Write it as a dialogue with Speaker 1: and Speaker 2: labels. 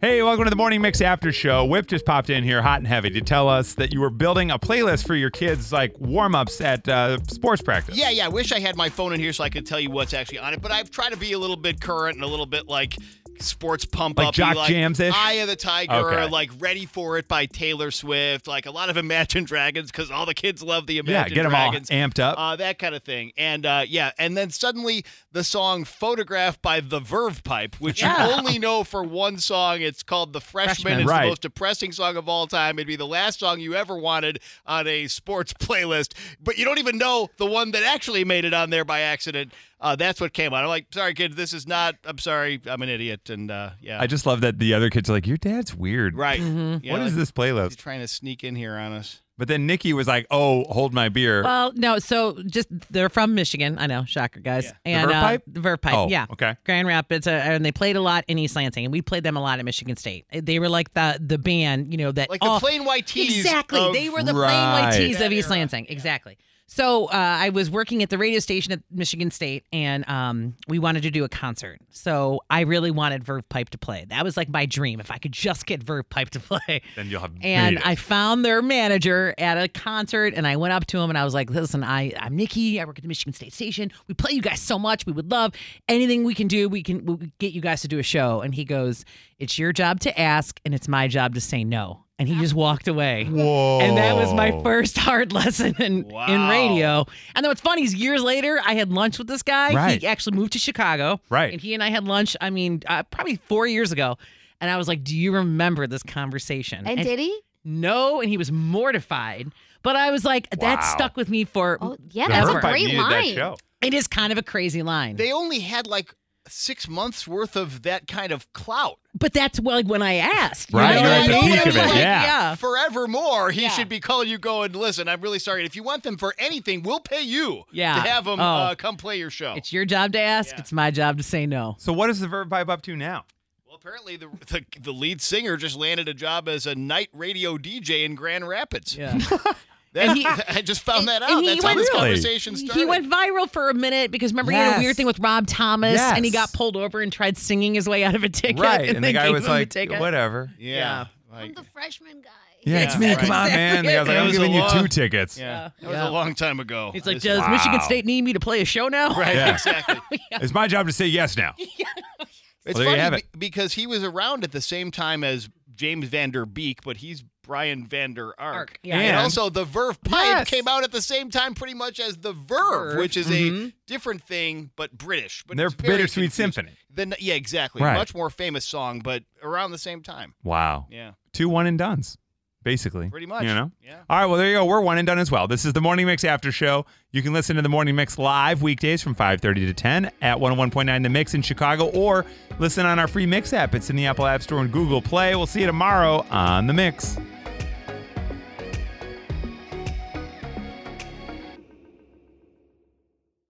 Speaker 1: Hey, welcome to the Morning Mix After Show. Whip just popped in here hot and heavy to tell us that you were building a playlist for your kids, like warm ups at uh, sports practice.
Speaker 2: Yeah, yeah. I wish I had my phone in here so I could tell you what's actually on it. But I've tried to be a little bit current and a little bit like sports pump
Speaker 1: Like
Speaker 2: up,
Speaker 1: Jock
Speaker 2: like
Speaker 1: Jams-ish?
Speaker 2: Eye of the Tiger,
Speaker 1: Okay.
Speaker 2: like Ready for It by Taylor Swift, like a lot of Imagine Dragons because all the kids love the
Speaker 1: Yeah,
Speaker 2: Imagine
Speaker 1: get them all
Speaker 2: Dragons.
Speaker 1: amped up.
Speaker 2: Uh, that kind of thing. And uh, yeah, and then suddenly the song Photograph by The Verve Pipe, which you only know for one song. It's called The Freshman.
Speaker 3: Freshman.
Speaker 2: It's
Speaker 1: Right.
Speaker 2: the most depressing song of all time. It'd be the last song you ever wanted on a sports playlist, but you don't even know the one that actually made it on there by accident. Uh, that's what came on. I'm like, sorry, kids, this is not, I'm sorry, I'm an idiot. And uh, yeah.
Speaker 1: I just love that the other kids are like, Your dad's weird.
Speaker 2: right.
Speaker 3: Mm-hmm.
Speaker 2: Yeah,
Speaker 1: What
Speaker 2: like,
Speaker 1: is this
Speaker 2: He's
Speaker 1: playlist?
Speaker 2: trying to sneak in here on us.
Speaker 1: But then Nikki was like, Oh, hold my beer.
Speaker 3: Well, no. So just they're from Michigan. I know, shocker, guys.
Speaker 2: Yeah.
Speaker 3: And
Speaker 1: Verve
Speaker 3: uh,
Speaker 1: Pipe?
Speaker 3: the Verve Pipe,
Speaker 1: Oh,
Speaker 3: yeah.
Speaker 1: okay.
Speaker 3: Grand Rapids, uh, and they played a lot in East Lansing, and we played them a lot at Michigan State. Uh, They were like the the band, you know, that
Speaker 2: Like the
Speaker 3: all-
Speaker 2: plain white tees.
Speaker 3: Oh, Exactly.
Speaker 2: of-
Speaker 3: they were the plain white
Speaker 1: Right.
Speaker 3: tees of
Speaker 2: That
Speaker 3: East
Speaker 2: era.
Speaker 3: Lansing. Exactly. So uh, I was working at the radio station at Michigan State, and um, we wanted to do a concert. So I really wanted Verve Pipe to play. That was like my dream. If I could just get Verve Pipe to play.
Speaker 1: Then you'll have
Speaker 3: And
Speaker 1: made it.
Speaker 3: I found their manager at a concert, and I went up to him and I was like, "Listen, I I'm Nikki. I work at the Michigan State Station. We play you guys so much. We would love anything we can do. We can we'll get you guys to do a show." And he goes, "It's your job to ask, and it's my job to say no." And he just walked away.
Speaker 1: Whoa.
Speaker 3: And that was my first hard lesson in, in
Speaker 2: Wow.
Speaker 3: radio. And then what's funny is years later, I had lunch with this guy.
Speaker 1: Right.
Speaker 3: He actually moved to Chicago.
Speaker 1: Right.
Speaker 3: And he and I had lunch, I mean, uh, probably four years ago. And I was like, Do you remember this conversation?
Speaker 4: And, did he?
Speaker 3: no. And he was mortified. But I was like, That
Speaker 1: Wow.
Speaker 3: stuck with me for.
Speaker 4: Oh, yeah,
Speaker 1: The
Speaker 4: that's a
Speaker 1: Verve Pipe
Speaker 4: great
Speaker 1: needed that
Speaker 4: line.
Speaker 1: show.
Speaker 3: It is kind of a crazy line.
Speaker 2: They only had like six months worth of that kind of clout.
Speaker 3: but that's well, like when I asked. you
Speaker 1: Right,
Speaker 3: know
Speaker 1: you're
Speaker 3: what
Speaker 1: at
Speaker 3: I
Speaker 1: the
Speaker 3: mean?
Speaker 1: peak
Speaker 3: I
Speaker 1: of
Speaker 3: was
Speaker 1: it,
Speaker 3: like,
Speaker 1: yeah.
Speaker 3: yeah.
Speaker 2: Forevermore, he
Speaker 3: Yeah.
Speaker 2: should be calling you going, listen, I'm really sorry. If you want them for anything, we'll pay you
Speaker 3: Yeah.
Speaker 2: to have them
Speaker 3: Oh.
Speaker 2: uh, come play your show.
Speaker 3: It's your job to ask.
Speaker 2: Yeah.
Speaker 3: It's my job to say no.
Speaker 1: So, what is the Verb Pipe up to now?
Speaker 2: well, apparently the, the, the lead singer just landed a job as a night radio DJ in Grand Rapids.
Speaker 3: Yeah.
Speaker 2: That,
Speaker 3: And he-
Speaker 2: I just found that out.
Speaker 3: and he
Speaker 2: That's how this
Speaker 1: went- Really?
Speaker 2: conversation started.
Speaker 3: He went viral for a minute because remember he had
Speaker 1: Yes.
Speaker 3: a weird thing with Rob Thomas
Speaker 1: Yes.
Speaker 3: and he got pulled over and tried singing his way out of a ticket.
Speaker 1: Right. And, the
Speaker 3: they
Speaker 1: guy
Speaker 3: gave
Speaker 1: was
Speaker 3: him the
Speaker 1: like,
Speaker 3: ticket.
Speaker 1: Whatever.
Speaker 2: yeah.
Speaker 4: I'm
Speaker 2: Like,
Speaker 4: the freshman guy.
Speaker 1: Yeah, it's me.
Speaker 2: right.
Speaker 1: Come on, man. The guy was like,
Speaker 2: It
Speaker 1: I'm
Speaker 2: was a
Speaker 1: giving you
Speaker 2: long-
Speaker 1: two tickets.
Speaker 2: yeah. That was
Speaker 3: uh, Yeah.
Speaker 2: a long time ago.
Speaker 3: He's like,
Speaker 2: This-
Speaker 3: does Michigan
Speaker 1: Wow.
Speaker 3: State need me to play a show now?
Speaker 2: Right,
Speaker 1: Yeah.
Speaker 2: exactly.
Speaker 1: It's my job to say yes now.
Speaker 2: It's
Speaker 1: Well, there you
Speaker 2: funny
Speaker 1: have
Speaker 2: be- because he was around at the same time as James Van Der Beek, but he's Brian Van Der Ark.
Speaker 3: Ark, yeah.
Speaker 2: And,
Speaker 1: And-
Speaker 2: also the Verve Pipe
Speaker 1: Yes.
Speaker 2: came out at the same time pretty much as the Verve,
Speaker 3: Verve,
Speaker 2: which is a
Speaker 3: mhm.
Speaker 2: different thing but British. But
Speaker 1: They're
Speaker 2: it's very
Speaker 1: Bittersweet
Speaker 2: confusing.
Speaker 1: Symphony.
Speaker 2: Then yeah, exactly.
Speaker 1: Right.
Speaker 2: Much more famous song, but around the same time.
Speaker 1: Wow.
Speaker 2: Yeah.
Speaker 1: Two one and done's, basically.
Speaker 2: Pretty much.
Speaker 1: You know?
Speaker 2: Yeah.
Speaker 1: All right, well, there you go. We're one and done as well. This is the Morning Mix After Show. You can listen to the Morning Mix live weekdays from 5.30 to 10 at 101.9 The Mix in Chicago or listen on our free Mix app. It's in the Apple App Store and Google Play. We'll see you tomorrow on The Mix.